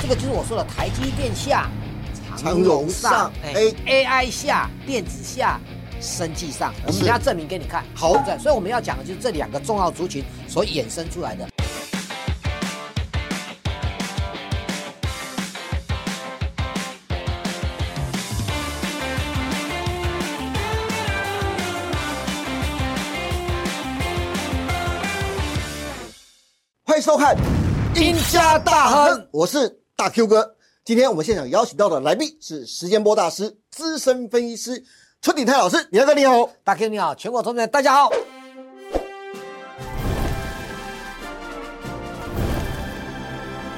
这个就是我说的台积电下、长荣上哎 AI 下、电子下、生技上，我们等一下证明给你看。好对不对所以我们要讲的就是这两个重要族群所衍生出来的。欢迎收看《赢家大亨大》亨，我是大 Q 哥。今天我们现场邀请到的来宾是时间波大师、资深分析师邱鼎泰老师，鼎泰哥你好。大 Q 你好，全国同仁大家好。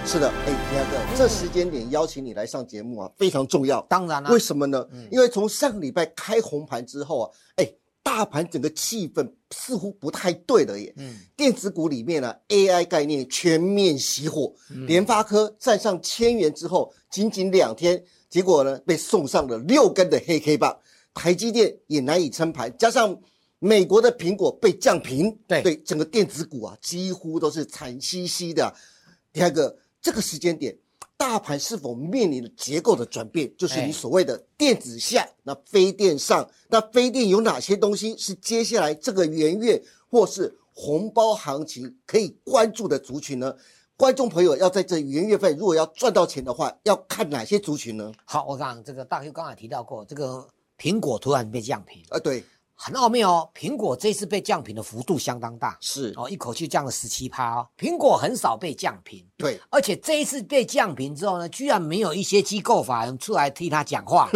是的，哎，鼎泰哥，这时间点邀请你来上节目啊，非常重要。当然啦、嗯为什么呢？因为从上个礼拜开红盘之后啊，哎，大盘整个气氛似乎不太对了耶。嗯，电子股里面呢、AI 概念全面熄火，联发科站上千元之后，仅仅两天，结果呢被送上了六根的黑 K 棒，台积电也难以撑盘，加上美国的苹果被降平，对对，整个电子股啊几乎都是惨兮兮的啊、第二个，这个时间点，大盘是否面临了结构的转变，就是哎你所谓的电子下，那非电上，那非电有哪些东西是接下来这个元月或是红包行情可以关注的族群呢？观众朋友要在这元月份如果要赚到钱的话，要看哪些族群呢？好，我讲这个大 Q 刚才提到过，这个苹果突然被降平，啊，对，很奥妙哦。苹果这次被降平的幅度相当大，是，哦，一口气降了十七趴哦。苹果很少被降平，对，而且这一次被降平之后呢，居然没有一些机构法人出来替他讲 话，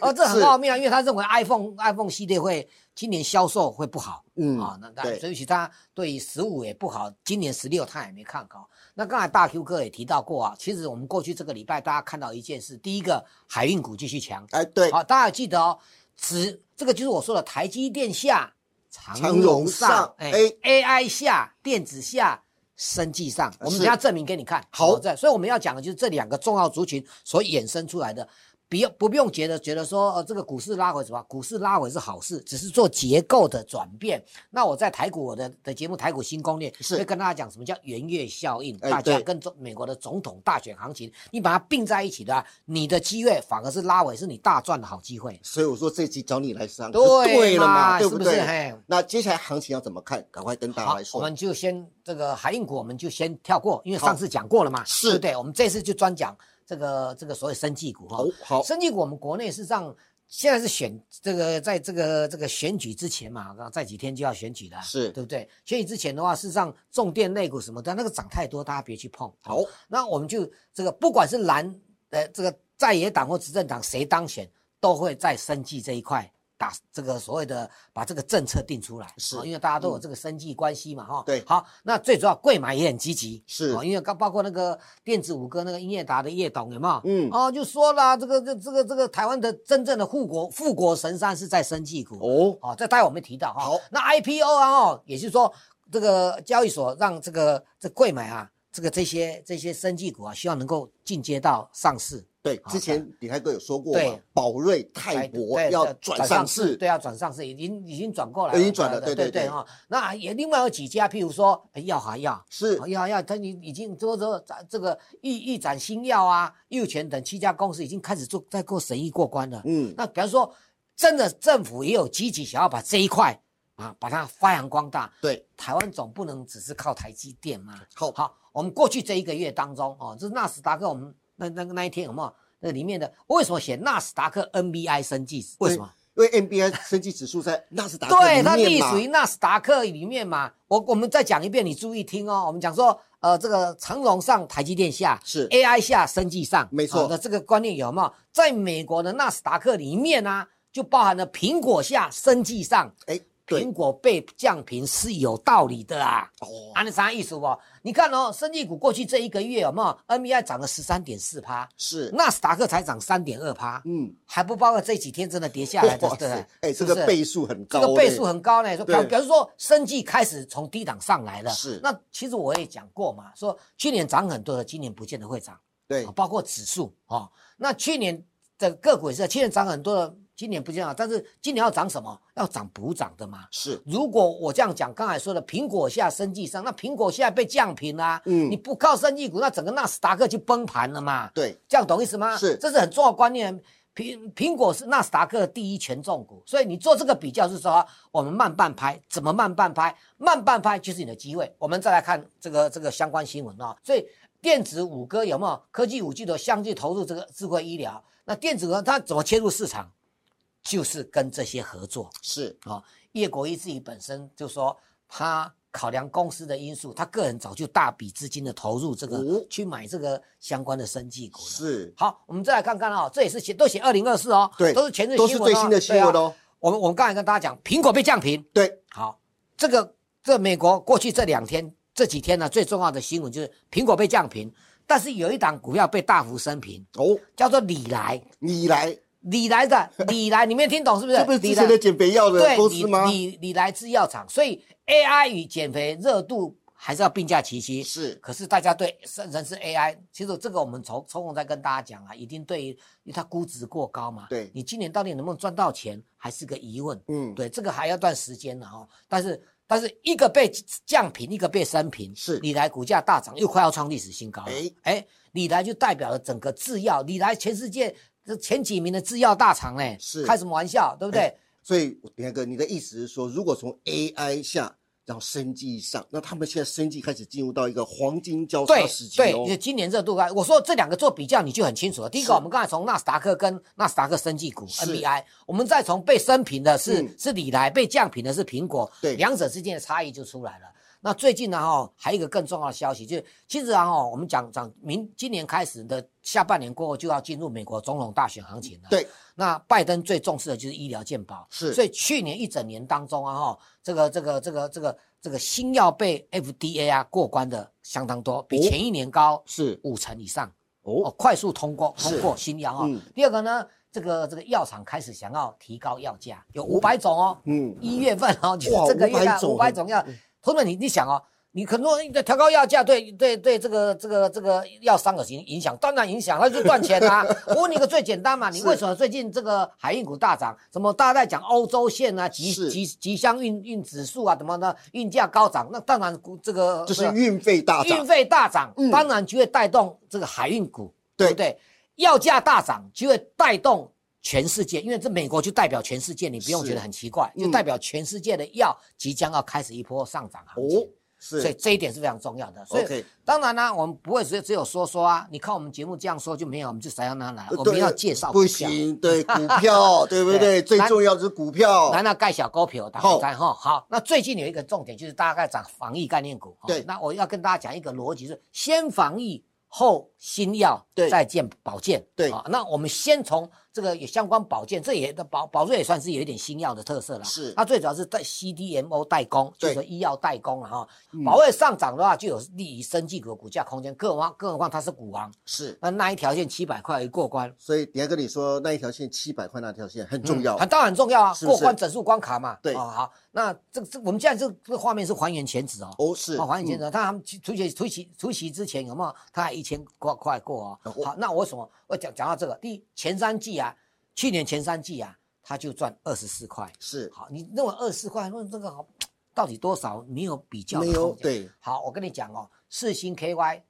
哦，这很是奥妙，因为他认为 iPhone iPhone 系列会今年销售会不好，嗯啊、那那对所以其他对十五也不好，今年十六他也没看好。那刚才大 Q 哥也提到过啊，其实我们过去这个礼拜大家看到一件事，第一个海运股继续强，哎，对，好、大家记得哦，只这个就是我说的台积电下、长荣上哎、哎 AI 下、电子下、生技上，我们是等一下证明给你看。好这所以我们要讲的就是这两个重要族群所衍生出来的。不要不用觉得觉得说呃这个股市拉回什么，股市拉回是好事，只是做结构的转变。那我在台股我的的节目《台股新攻略》是会跟大家讲什么叫圆月效应，哎大家对跟中美国的总统大选行情，你把它并在一起的啊，你的机会反而是拉尾，是你大赚的好机会。所以我说这期找你来上，对就对了嘛嘛，对是不不是对嘿？那接下来行情要怎么看？赶快跟大家好来，说。我们就先这个海运股，我们就先跳过，因为好上次讲过了嘛，是对不对？我们这次就专讲这个这个所谓生技股哈好。好生技股我们国内事实上现在是选这个，在这个这个选举之前嘛，在几天就要选举了，是对不对？选举之前的话，事实上重电类股什么的，那个涨太多，大家别去碰。好，那我们就这个不管是蓝呃这个在野党或执政党谁当选，都会在生计这一块打这个所谓的把这个政策定出来，是嗯哦因为大家都有这个生计关系嘛，哈、对好，那最主要贵买也很积极，是哦因为刚包括那个电子五哥那个英业达的叶董有没有？嗯哦，就说啦，这个这这个这个台湾的真正的护国富国神山是在生技股哦，哦，这待会我们提到哈、好那 IPO 啊，哦，也就是说这个交易所让这个这贵买啊，这个这些这些生技股啊，希望能够进阶到上市。对，好之前李泰哥有说过嘛对，宝瑞、泰哎博对要对转上市，对，要转上市，已经已经转过来了，已经转了对对对对哈、那也另外有几家，譬如说哎药华药，是哦药药，它已已经多多这个易易展新药啊、佑全等七家公司已经开始做在过审议过关了。嗯，那比方说，真的政府也有积极想要把这一块啊，把它发扬光大。对，台湾总不能只是靠台积电嘛。好，好，我们过去这一个月当中，哦，这是纳斯达克，我们那那那一天有没有？那里面的为什么写纳斯达克 NBI 生技？为什么？因为 NBA 升级指数在纳斯达克对，它里隶面嘛属于纳斯达克里面嘛。我我们再讲一遍，你注意听哦。我们讲说，呃，这个长荣上，台积电下，是 AI 下，生技上，没错啊那、这个观念有没有？在美国的纳斯达克里面呢、啊就包含了苹果下，生技上，哎，对苹，果被降平是有道理的啊。哦，啊，那啥意思不？你看哦，生技股过去这一个月有没有 NBI 涨了十三点四趴，是，纳斯达克才涨三点二趴，嗯，还不包括这几天真的跌下来的，对不对？哎，这是不个是倍数很这高嘞，个倍数很高呢，说对表表示说生计开始从低档上来了。是那其实我也讲过嘛，说去年涨很多的，今年不见得会涨，对包括指数哦。那去年的个股也是，去年涨很多的，今年不这样，但是今年要涨什么？要涨补涨的嘛。是如果我这样讲，刚才说的苹果下生技上，那苹果现在被降平啦、嗯你不靠生技股，那整个纳斯达克就崩盘了嘛。对，这样懂意思吗？是这是很重要的观念。苹苹果是纳斯达克的第一权重股，所以你做这个比较是说，我们慢半拍，怎么慢半拍？慢半拍就是你的机会。我们再来看这个这个相关新闻啊、所以电子五哥有没有科技五巨头相继投入这个智慧医疗？那电子五哥它怎么切入市场？就是跟这些合作。是啊、叶国一自己本身就说他考量公司的因素，他个人早就大笔资金的投入这个、哦去买这个相关的生技股了。是，好，我们再来看看啊、这也是写都写二零二四哦，对都是全日都是最新的新闻对啊哦。我们我们刚才跟大家讲，苹果被降评，对，好，这个这美国过去这两天这几天呢，最重要的新闻就是苹果被降评，但是有一档股票被大幅升评，哦，叫做李来，你来，李来的李来，你没有听懂是不是？ 这不是李之来前的减肥药的对公司吗？你你你来制药厂，所以 AI 与减肥热度还是要并驾齐驱。是可是大家对甚至是 AI，其实这个我们从从我再跟大家讲啊，一定对于因为它估值过高嘛，对你今年到底能不能赚到钱，还是个疑问。嗯，对，这个还要段时间呢哦。但是但是一个被降平，一个被升平，是李来股价大涨，又快要创历史新高了。哎哎李来就代表了整个制药，李来全世界这前几名的制药大厂嘞，是开什么玩笑，对不对？所以连哥，你的意思是说，如果从 AI 下，然后生计上，那他们现在生计开始进入到一个黄金交叉对时期对，哦你的，今年热度高。我说这两个做比较，你就很清楚了。第一是个，我们刚才从纳斯达克跟纳斯达克生技股是 NBI，我们再从被升平的是、嗯是李来，被降平的是苹果，对两者之间的差异就出来了。那最近呢，哈，还有一个更重要的消息，就是其实啊，哈，我们讲讲明今年开始的下半年过后，就要进入美国总统大选行情了。对，那拜登最重视的就是医疗健保，是所以去年一整年当中啊，哈，这个这个这个这个这个新药被 FDA 啊过关的相当多，比哦前一年高是五成以上哦，哦，快速通过是通过新药啊、嗯第二个呢，这个这个药厂开始想要提高药价，有五百种哦，嗯，一月份哦，就是哇这个500月种嗯五百种药，同志们你你想哦。你可能你调高药价，对对对，这个这个这个药商有影影响，当然影响，那就赚钱 啦、我问你个最简单嘛，你是为什么最近这个海运股大涨？怎么大家在讲欧洲线啊、吉是吉吉祥运运指数啊，怎么呢？运价高涨，那当然股这个就是这个运费大啊运啊涨，费大涨嗯，当然就会带动这个海运股，对对不对？药价大涨就会带动全世界，因为这美国就代表全世界，你不用是觉得很奇怪，嗯就代表全世界的药即将要开始一波上涨行哦情。，所以是这一点是非常重要的。所以 OK，当然啦、我们不会只只有说说啊。你看我们节目这样说就没有，我们就谁要拿来，我们呃对要介绍不股票，行，对股 票，对不对？对最难重要的是股票，难道盖小股票打哦好好单哈？好，那最近有一个重点就是大概涨防疫概念股。哦对那我要跟大家讲一个逻辑是：先防疫，后新药，对再建保健。对啊，那我们先从这个也相关保健，这也的保保瑞也算是有一点新药的特色了。是那最主要是在 CDMO 代工，就对嗯是说医药代工了哈。保卫上涨的话，就有利于生技股的股价空间。更何况，更何况它是股王，是。那那一条线七百块一过关，所以等下跟你说那一条线七百块那条线很重要嗯，很当然很重要啊，是不是过关整数关卡嘛。对哦，好，那这这我们现在这这个画面是还原前值哦。哦，是哦，还原前嗯值，他们除息除息除息之前有没有？他还一千块块过哦哦。好，那我为什么我讲讲到这个？第一，前三季啊，去年前三季啊，他就赚二十四块。是好，你认为二十四块，问这个好，到底多少没有比较的没有空间对好，我跟你讲哦，四星 KY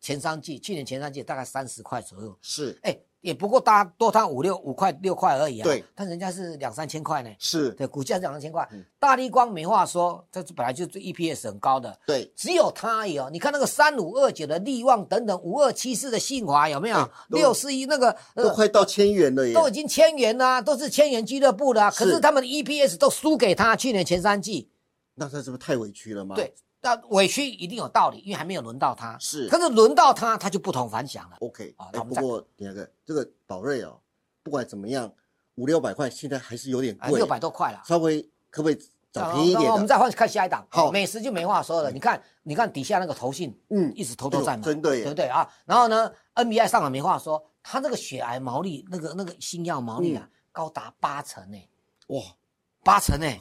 前三季，去年前三季大概三十块左右，是哎，也不过大多它五六五块六块而已啊。对，但人家是两三千块呢。是，对，股价是两三千块嗯。大力光没话说，这本来就最 EPS 很高的，对只有它有。你看那个三五二九的力旺等等，五二七四的信华有没有哎？都六四一那个都呃快到千元了耶，都已经千元啦、都是千元俱乐部啦、可是是他们的 EPS 都输给他去年前三季。那他是不是太委屈了吗？啊对，那委屈一定有道理，因为还没有轮到他。啊是可是轮到他，他就不同凡响了。 ，OK，好哎，那我不们再过你看看这个宝瑞哦，不管怎么样，五六百块现在还是有点啊，贵，六百多块了。稍微可不可以找便宜一那我们点的？再换看下一档。好美食就没话说了。你看，你看底下那个投信嗯，一直头都在哎呦买，真的对不耶，对啊？然后呢，NBI 上了没话说，嗯它这个血癌毛利，那个那个新药毛利啊，高达八成呢、 哇，八成哎、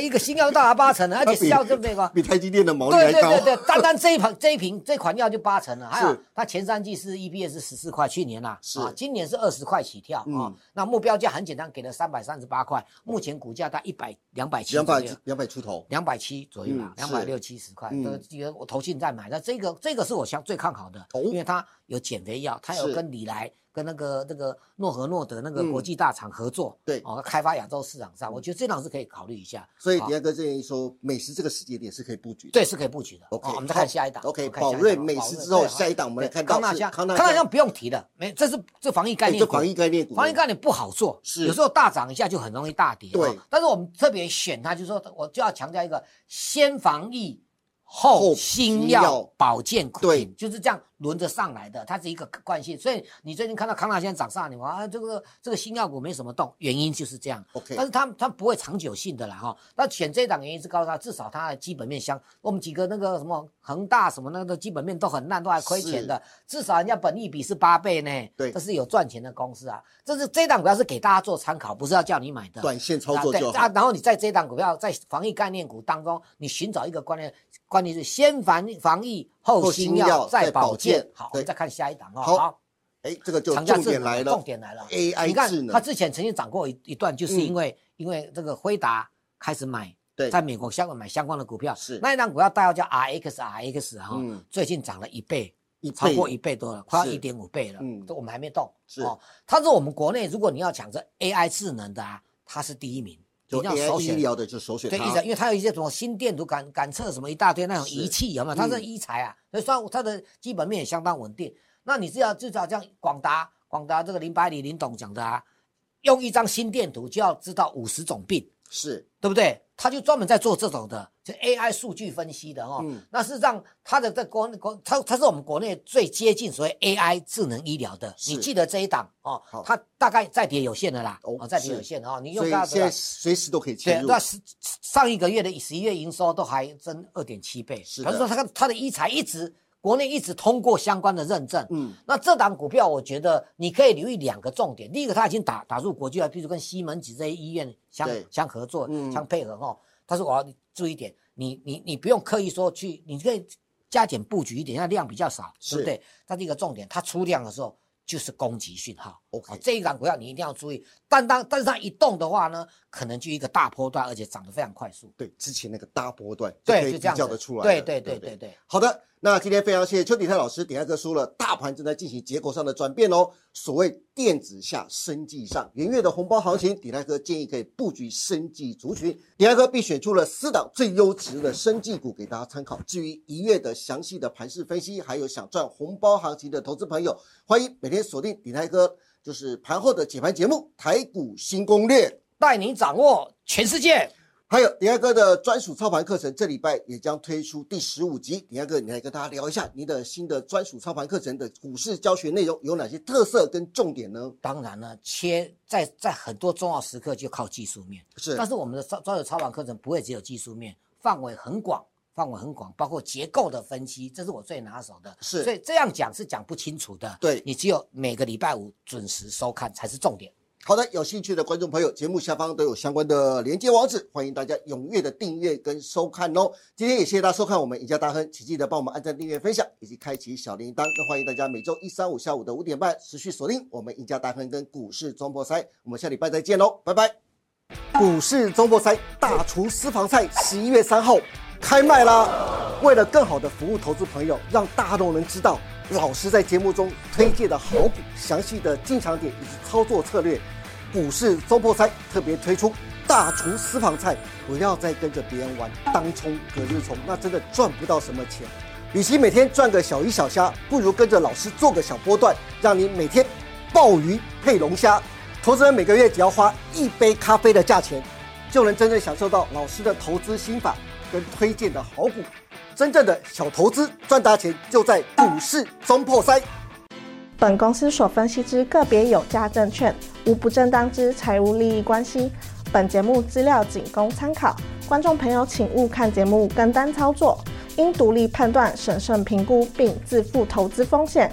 一个新药到达八成 了，而且是药这么那个。比台积电的毛利对还对高。对对，单单这一盆这一瓶这款药就八成了，还有是它前三季是 EPS 十四块，去年啦、啊，是今年是二十块起跳啊、嗯那目标价很简单，给了三百三十八块，目前股价大一百两百七两左百右。两百出头，两百七左右啦，嗯两是百六七十块，嗯这个这个我投信在买，那这个这个是我相最看好的，哦因为它有减肥药，它有是跟李来跟那个那个诺和诺德那个嗯国际大厂合作，对嗯哦，开发亚洲市场上，我觉得这档是可以考虑一下，所以好迪安哥建议说，美食这个时间点是可以布局的。对，是可以布局的。 OK，哦我们再好看下一档。 OK，我们看下一宝档瑞哦美宝食瑞之后对下一档我们来对看到康纳是香，康康纳纳香香不用提了，没，这是这防疫概哎念这股，防疫概念股，防疫概念不好做，是有时候大涨一下就很容易大跌。对哦但是我们特别选它，就是说我就要强调一个先防疫后后新新药药保健股，对，就是这样轮着上来的，它是一个惯性。所以你最近看到康纳现在涨上来，你说啊这个这个新药股没什么动，原因就是这样。 OK 但是它它不会长久性的啦哈。那选这一档原因是告诉他，至少它的基本面相，我们几个那个什么恒大什么那个基本面都很烂，都还亏钱的，至少人家本益比是八倍呢。对这是有赚钱的公司啊。这是这一档股票是给大家做参考，不是要叫你买的。短线操作就啊对啊好。然后你在这一档股票，在防疫概念股当中，你寻找一个关键关键是先防防疫后后新新药药再再保保健健。好，我对们再看下一档哦。好哎，这个就长假重智点能来重了点来了。你，AI 智看，它能，之前曾经涨过一一段，就是因为、因为这个辉达开始买，嗯对在美国相关买相关的股票，是那一档股票代号叫 RXRX 哈、嗯最近涨了一倍，一超过倍一倍多了，快要是一点五倍了，嗯这我们还没动，哦是，它是我们国内如果你要讲这 AI 智能的啊，它是第一名，一就定要首 AI 医选。疗的就首选对，一它直，因为它有一些什么心电图感感测什么一大堆那种是仪器，有没有？它是嗯医材啊，所以算它的基本面也相当稳定。那你是要至少这样，广达广达这个林百里林董讲的啊，用一张心电图就要知道五十种病，是对不对？他就专门在做这种的，就 AI 数据分析的哦。嗯那事实上，它的在国国，它它是我们国内最接近所谓 AI 智能医疗的。是你记得这一档哦好，它大概再跌有限的啦，哦哦，再跌是有限的哦，你所用以它的现在随时都可以切对，入那，十上一个月的十一月营收都还增二点七倍，是的表示说它它的医材一直国内一直通过相关的认证。嗯，那这档股票，我觉得你可以留意两个重点。第一个，它已经打打入国际了，比如跟西门子这些医院相对相合作、嗯相配合哦。但是我要注意一点，你你你不用刻意说去，你可以加减布局一点，那量比较少，对是不对？它是一个重点，它出量的时候就是攻击讯号。 OK 哦这一档股票你一定要注意，但当但是它一动的话呢，可能就一个大波段，而且涨得非常快速。对，之前那个大波段就可对，就以比这样较子得出来了，对对对不对对。好的，那今天非常谢谢邱鼎泰老师，鼎泰哥说了，大盘正在进行结构上的转变哦。所谓电子下生计上，元月的红包行情，鼎泰哥建议可以布局生计族群。鼎泰哥必选出了四档最优质的生计股给大家参考。至于一月的详细的盘势分析，还有想赚红包行情的投资朋友，欢迎每天锁定鼎泰哥就是盘后的解盘节目《台股新攻略》。带你掌握全世界。还有李艾哥的专属操盘课程，这礼拜也将推出第十五集。李艾哥，你来跟大家聊一下你的新的专属操盘课程的股市教学内容有哪些特色跟重点呢？当然呢，切在在很多重要时刻就靠技术面，是但是我们的专专有操盘课程不会只有技术面，范围很广，范围很广，包括结构的分析，这是我最拿手的。是所以这样讲是讲不清楚的。对你只有每个礼拜五准时收看才是重点。好的，有兴趣的观众朋友，节目下方都有相关的连接网址，欢迎大家踊跃的订阅跟收看哦。今天也谢谢大家收看我们赢家大亨，请记得帮我们按赞、订阅、分享以及开启小铃铛。更欢迎大家每周一、三、五下午的五点半持续锁定我们赢家大亨跟股市中破塞，我们下礼拜再见喽，拜拜。股市周末赛大厨私房菜十一月三号开卖啦！为了更好的服务投资朋友，让大众能知道老师在节目中推荐的好股、详细的进场点以及操作策略，股市周末赛特别推出大厨私房菜，不要再跟着别人玩当冲隔日冲，那真的赚不到什么钱。与其每天赚个小鱼小虾，不如跟着老师做个小波段，让你每天鲍鱼配龙虾。投资人每个月只要花一杯咖啡的价钱，就能真正享受到老师的投资心法跟推荐的好股。真正的小投资赚大钱，就在股市中破塞。本公司所分析之个别有价证券，无不正当之财务利益关系。本节目资料仅供参考，观众朋友请勿看节目跟单操作，应独立判断、审慎评估并自负投资风险。